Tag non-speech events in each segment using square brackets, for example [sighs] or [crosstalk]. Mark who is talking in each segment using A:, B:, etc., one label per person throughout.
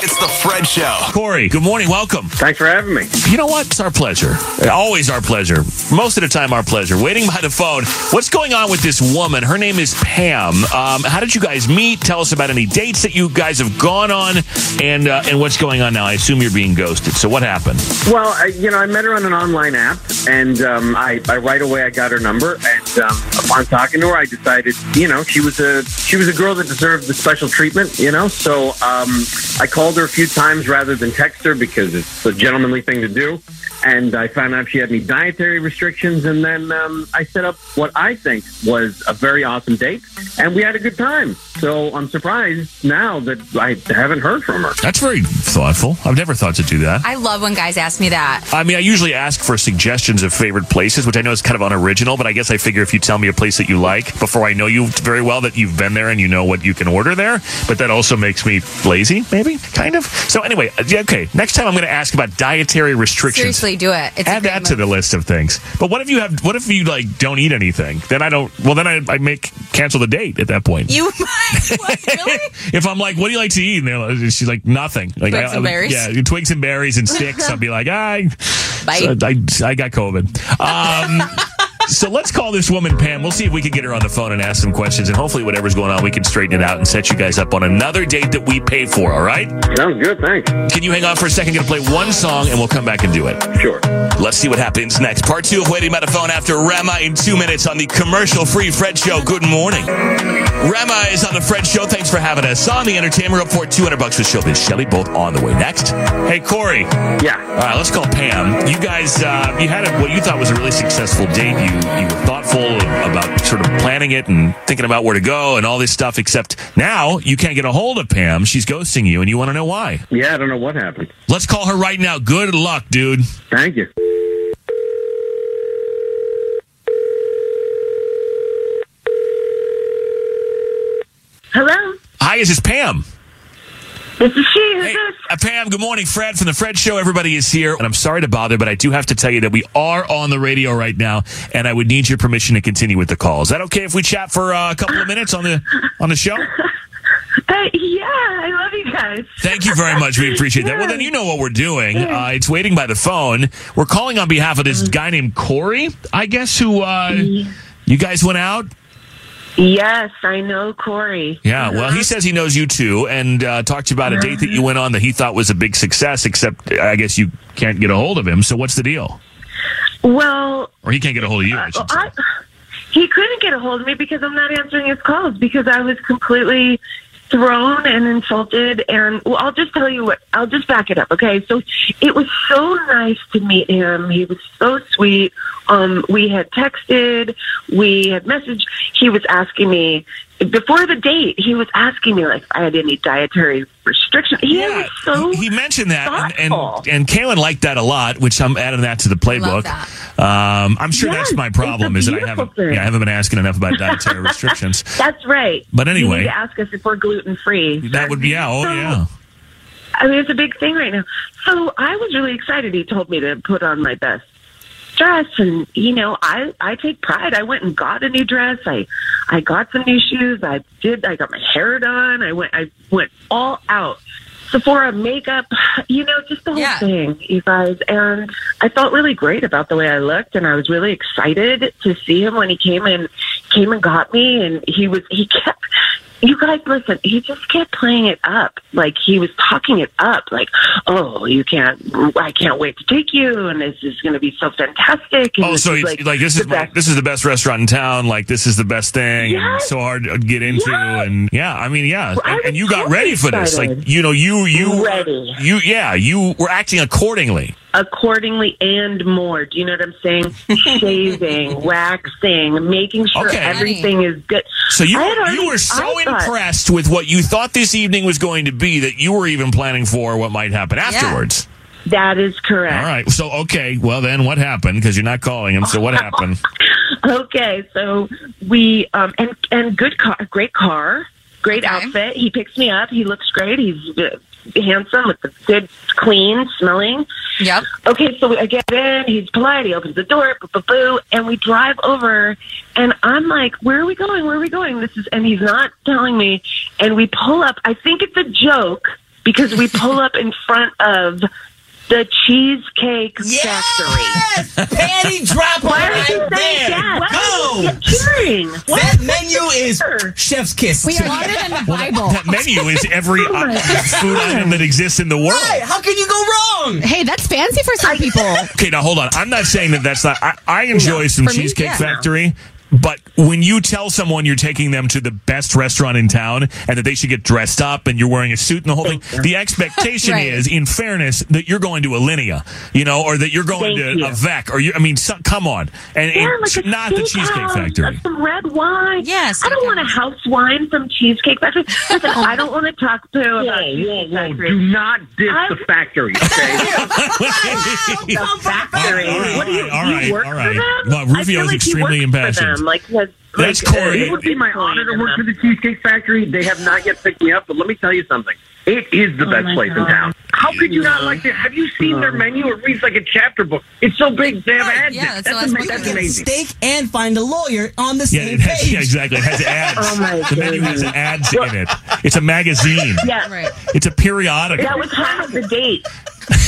A: It's the Fred Show.
B: Corey, good morning. Welcome.
C: Thanks for having me.
B: You know what? It's our pleasure. Always our pleasure. Most of the time, our pleasure. Waiting by the phone. What's going on with this woman? Her name is Pam. Um, how did you guys meet? Tell us about any dates that you guys have gone on, and uh, and what's going on now. I assume you're being ghosted. So what happened?
C: Well, I, you know, I met her on an online app, and um, I, I right away I got her number, and um, upon talking to her, I decided, you know, she was a she was a girl that deserved the special treatment, you know. So um, I called her a few times rather than text her because it's a gentlemanly thing to do, and I found out she had any dietary restrictions, and then um, I set up what I think was a very awesome date, and we had a good time. So I'm surprised now that I haven't heard from her.
B: That's very thoughtful. I've never thought to do that.
D: I love when guys ask me that.
B: I mean, I usually ask for suggestions of favorite places, which I know is kind of unoriginal, but I guess I figure if you tell me a place that you like before I know you very well, that you've been there and you know what you can order there. But that also makes me lazy, maybe, kind of. So, anyway, uh, yeah, okay, next time I'm going to ask about dietary restrictions.
D: do it. It's
B: Add that to the list of things. But what if you have? What if you like don't eat anything? Then I don't. Well, then I, I make cancel the date at that point.
E: You [laughs] might. What, really?
B: [laughs] if I'm like, what do you like to eat? And they're like, she's like, nothing. Like,
E: Twigs
B: I-
E: and
B: I-
E: berries?
B: Yeah, twigs and berries and sticks. I'll be like, I,
E: Bye.
B: I, I got COVID. Um, so let's call this woman Pam. We'll see if we can get her on the phone and ask some questions. And hopefully, whatever's going on, we can straighten it out and set you guys up on another date that we pay for. All right?
C: Sounds good, thanks.
B: Can you hang on for a second? Gonna play one song and we'll come back and do it.
C: Sure.
B: Let's see what happens next. Part two of Waiting by the Phone after Rema in two minutes on the commercial free Fred Show. Good morning. Rema is on the Fred Show. Thanks for having us on the Entertainment Report. 200 bucks with Showbiz Shelly. Both on the way next. Hey, Corey. All
C: Yeah.
B: right, let's call Pam. You guys, uh, you had a, what you thought was a really successful date. You, you were thoughtful about sort of planning it and thinking about where to go and all this stuff, except now you can't get a hold of Pam. She's ghosting you and you want to know why.
C: Yeah, I don't know what happened.
B: Let's call her right now. Good luck, dude.
C: Thank you.
F: Hello?
B: Hi, is this Pam?
F: This is she. Who's this?
B: Uh, Pam, good morning. Fred from The Fred Show. Everybody is here. And I'm sorry to bother, but I do have to tell you that we are on the radio right now, and I would need your permission to continue with the call. Is that okay if we chat for uh, a couple of minutes on the on the show?
F: [laughs] Hey, yeah, I love you guys.
B: Thank you very much. We appreciate that. Well, then you know what we're doing. Uh, it's waiting by the phone. We're calling on behalf of
F: Mm-hmm.
B: this guy named Corey, I guess, who uh, you guys went out.
F: Yes, I know Corey.
B: Yeah, well, he says he knows you too, and uh, talked to you about a date that you went on that he thought was a big success. Except, I guess you can't get a hold of him. So, what's the deal?
F: Well,
B: Or he can't get a hold of you? I should
F: I, he couldn't get a hold of me because I'm not answering his calls because I was completely thrown and insulted. And well, I'll just tell you what, I'll just back it up, okay? So it was so nice to meet him. He was so sweet. Um, we had texted, we had messaged. He was asking me before the date, he was asking me like if I had any dietary restrictions. He was so
B: he mentioned that, and, and and Kaylin liked that a lot, which I'm adding that to the playbook. Um, I'm sure that's my problem is that I haven't
F: thing.
B: yeah, I haven't been asking
F: [laughs]
B: enough about dietary restrictions.
F: That's right.
B: But
F: You
B: anyway.
F: need to ask us if we're gluten free.
B: That would be yeah, oh yeah.
F: I mean, it's a big thing right now. So I was really excited. He told me to put on my best dress, and you know, I I take pride. I went and got a new dress. I I got some new shoes. I did. I got my hair done. I went. I went all out. Sephora makeup, you know, just the whole thing, you guys. And I felt really great about the way I looked, and I was really excited to see him when he came and came and got me. And he was he kept you guys, listen, he just kept playing it up. Like, he was talking it up. Like, oh, you can't, I can't wait to take you, and this is going to be so fantastic. And
B: Oh,
F: this
B: so
F: is,
B: it's like, this is
F: the
B: my,
F: best.
B: this is the best restaurant in town. Like this is the best thing. and
F: Yes.
B: so hard to get into, and yeah, I mean, yeah,
F: Well, I
B: and, and
F: was
B: you got
F: so
B: ready for this.
F: excited.
B: Like you know, you you
F: Ready.
B: you yeah, you were acting accordingly.
F: accordingly and more. Do you know what I'm saying?
B: [laughs]
F: Shaving, waxing, making sure
B: Okay.
F: everything is good.
B: So you
F: I had
B: were,
F: already-
B: you were so
F: I thought-
B: impressed with what you thought this evening was going to be that you were even planning for what might happen afterwards.
F: That is correct.
B: All right. So okay. Well, then what happened? Because you're not calling him.
F: [laughs]
B: So what happened?
F: Okay, so we um and and good car, great car, great outfit. He picks me up. He looks great. He's uh, handsome with the good, clean smelling. Yep. Okay, so I get in. He's polite. He opens the door. Boo, boo, boo, and we drive over. And I'm like, "Where are we going? Where are we going?" This is, and he's not telling me. And we pull up. I think it's a joke because we pull up in front of the Cheesecake Factory.
G: Patty drop
F: Why
G: right
F: are you
G: there.
F: saying that?
G: Boom.
F: Why are you cheering? Why
G: That menu is chef's kiss.
F: We are hotter than the Bible.
B: That menu [laughs] is every
G: Oh my
B: uh, food item that exists in the world.
G: How can you go wrong?
H: Hey, that's fancy for
F: [laughs]
H: some people.
B: Okay, now hold on. I'm not saying that that's not. I, I enjoy some
H: For me,
B: Cheesecake
H: yeah.
B: Factory, but when you tell someone you're taking them to the best restaurant in town and that they should get dressed up and you're wearing a suit and the whole thing, the expectation
H: Right.
B: is, in fairness, that you're going to Alinea, you know, or that you're going
F: Thank
B: to
F: you.
B: a Vec, or you. I mean, so, come on, and
F: Yeah,
B: it's
F: like a
B: not the
F: steakhouse,
B: Cheesecake Factory.
F: [laughs]
B: [laughs]
F: That's some red wine. Yes. I don't want a house wine from Cheesecake Factory. Listen, I don't want to talk poo about Cheesecake Factory. Do
C: not diss the factory,
F: okay? the factory. what do you,
B: all
F: you
B: right,
F: work
B: all right.
F: for them?
B: Well,
F: I feel
B: Rufio is
F: like he
B: extremely
F: works
B: impassioned.
F: For them. Like, has,
B: That's
F: like, uh,
B: Corey.
F: he would be my honor
C: to work for the Cheesecake Factory. They have not yet picked me up, but let me tell you something. It is the best
F: Oh my
C: place in
F: God. Uh.
C: town. How could you not like it? Have you seen their menu? It reads like a chapter book. It's so big. They have ads. in it.
G: that's,
C: that's, ama- that's
G: you can
C: amazing.
G: steak and find a lawyer on the
B: Yeah,
G: same
B: it has,
G: page.
B: yeah, exactly.
F: [laughs]
B: It has ads.
G: Oh, my
B: the menu has
G: goodness.
B: ads in it. It's a magazine.
F: Yeah.
B: It's a periodical.
F: That was half of the date.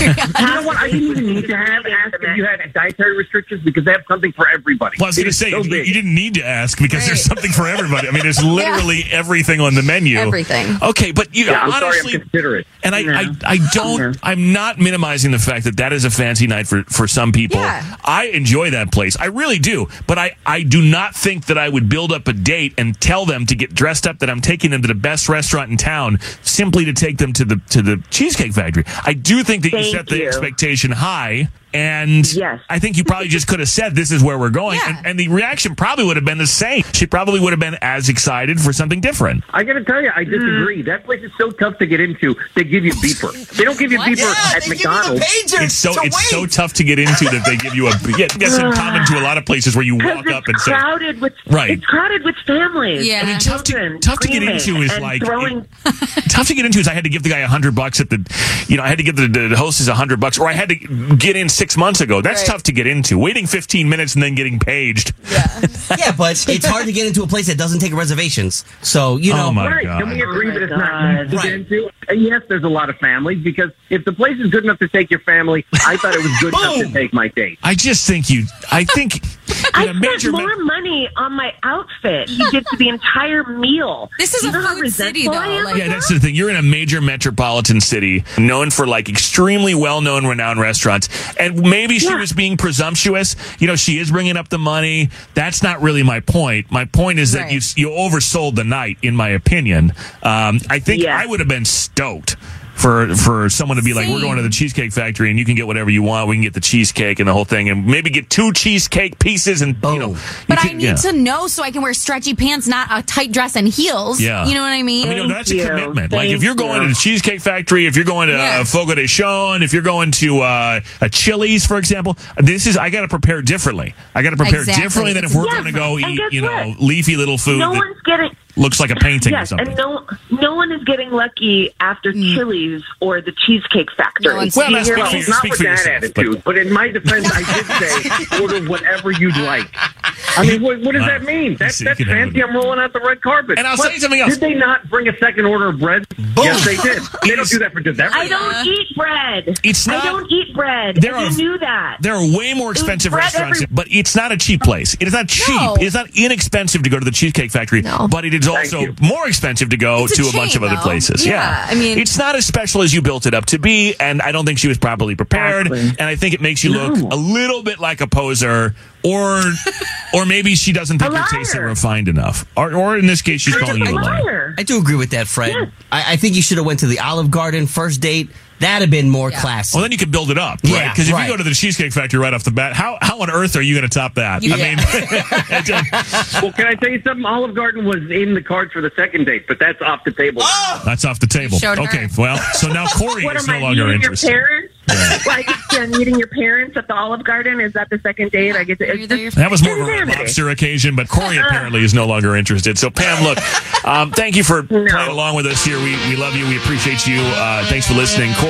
C: you know what? I didn't even need to have asked if you had dietary restrictions because they have something for everybody.
B: Well, I was
C: It
B: going to
C: is
B: say,
C: so
B: you
C: big.
B: you didn't need to ask because there's something for everybody. I mean, there's literally everything on the menu.
H: Everything.
B: Okay, but you
C: Yeah, I'm sorry, I'm
B: honestly,
C: considerate.
B: And I, I, I don't, I'm not minimizing the fact that that is a fancy night for, for some people. I enjoy that place. I really do. But I, I do not think that I would build up a date and tell them to get dressed up that I'm taking them to the best restaurant in town simply to take them to the, to the Cheesecake Factory. I do think that you
F: Thank
B: set the
F: you.
B: expectation high And I think you probably just could have said, This is where we're going. And, and the reaction probably would have been the same. She probably would have been as excited for something different.
C: I got to tell you, I disagree. That place is so tough to get into. They give you beeper. They don't give Hmm. you beeper at McDonald's.
B: It's so it's so tough to get into that they give you a yeah,
F: [sighs]
B: that's in common to a lot of places where you walk up and say
F: crowded with
B: Right.
F: It's crowded with families.
B: Yeah. I mean, tough
F: to
B: tough to get into is like [laughs] tough to get into is I had to give the guy a hundred bucks at the you know I had to give the, the hostess a hundred bucks or I had to get in six months ago. That's
G: Right.
B: tough to get into. Waiting fifteen minutes and then getting paged.
G: yeah, but it's hard to get into a place that doesn't take reservations. So you
B: Oh
G: know,
B: my
C: Right. Can we agree that it's not easy to get
G: Right.
C: into? And yes, there's a lot of families because if the place is good enough to take your family, I thought it was good enough
B: [laughs]
C: to take my date.
B: I just think you. I think.
F: I spent more money on my outfit. He did the entire meal. This is a food city, though.
B: yeah, that's the thing. You're in a major metropolitan city known for like extremely well known, renowned restaurants. And maybe she was being presumptuous. You know, she is bringing up the money. That's not really my point. My point is that you, you oversold the night, in my opinion. Um, I think I would have been stoked. For, for someone to be like, we're going to the Cheesecake Factory and you can get whatever you want. We can get the cheesecake and the whole thing and maybe get two cheesecake pieces and, you know.
H: But I need to know so I can wear stretchy pants, not a tight dress and heels.
B: Yeah.
H: You know what I mean?
B: I mean, no, that's a commitment. like, if you're going to the Cheesecake Factory, if you're going to uh, Fogo de Chão, if you're going to uh, a Chili's, for example, this is, I got to prepare differently. I got to prepare
F: Exactly.
B: differently than if
F: It's
B: we're going to
F: different.
B: go
F: And
B: eat,
F: guess
B: you know,
F: what?
B: leafy little food
F: No
B: that
F: one's getting.
B: looks like a painting or
F: Yes,
B: something.
F: and no, no one is getting lucky after
G: Hmm.
F: Chili's or the Cheesecake Factory.
C: Well, that's not with that attitude. But in my defense, I did
G: [laughs]
C: say order whatever you'd like. I mean, what, what does that mean? That,
B: see, you
C: that's
B: can have
C: fancy. I'm rolling out the red carpet.
B: And I'll
C: What?
B: say something else.
C: Did they not bring a second order of bread? Yes, they did. They don't do that for dessert.
F: I don't eat bread.
B: It's
F: I don't eat bread.
B: There
F: and
B: are-
F: you knew that.
B: There are way more expensive
F: bread
B: restaurants,
F: every-
B: but it's not a cheap place. It is not cheap. It is not inexpensive to go to the Cheesecake Factory, but it is also more expensive to go
H: It's a
B: to a bunch
H: chain,
B: of other
H: though.
B: places.
H: Yeah,
B: Yeah.
H: I mean-
B: it's not as special as you built it up to be, and I don't think she was properly prepared. And I think it makes you look a little bit like a poser,
H: [laughs]
B: or or maybe she doesn't think your tastes are refined enough, or, or in this case, she's calling you a liar.
G: I do agree with that, Fred. I, I think you should have went to the Olive Garden first date. That'd have been more classy.
B: Well, then you could build it up,
G: Yeah,
B: Because if
G: right.
B: you go to the Cheesecake Factory right off the bat, how how on earth are you going to top that? I mean, [laughs]
C: well, can I tell you something? Olive Garden was in the cards for the second date, but that's off the table.
B: That's off the table.
C: showed her.
B: Okay, well, so now
F: [laughs]
B: Corey
F: What
B: is
F: am
B: no
F: I
B: longer
F: meeting your
B: interested.
F: parents? [laughs] like you're meeting your parents at the Olive Garden? Is that the second date? I get to. It's just, Uh-huh.
B: That was more of a
F: insanity.
B: lobster occasion, but Corey apparently is no longer interested. So,
F: [laughs]
B: Pam, look, um, thank you for playing along with us here. We, we love you. We appreciate you. Uh, thanks for listening.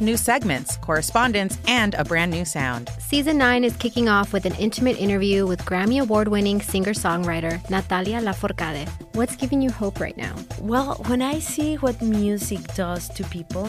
I: new segments, correspondence, and a brand new sound.
J: Season 9 is kicking off with an intimate interview with Grammy Award winning singer songwriter Natalia Laforcade. What's giving you hope right now?
K: Well, when I see what music does to people,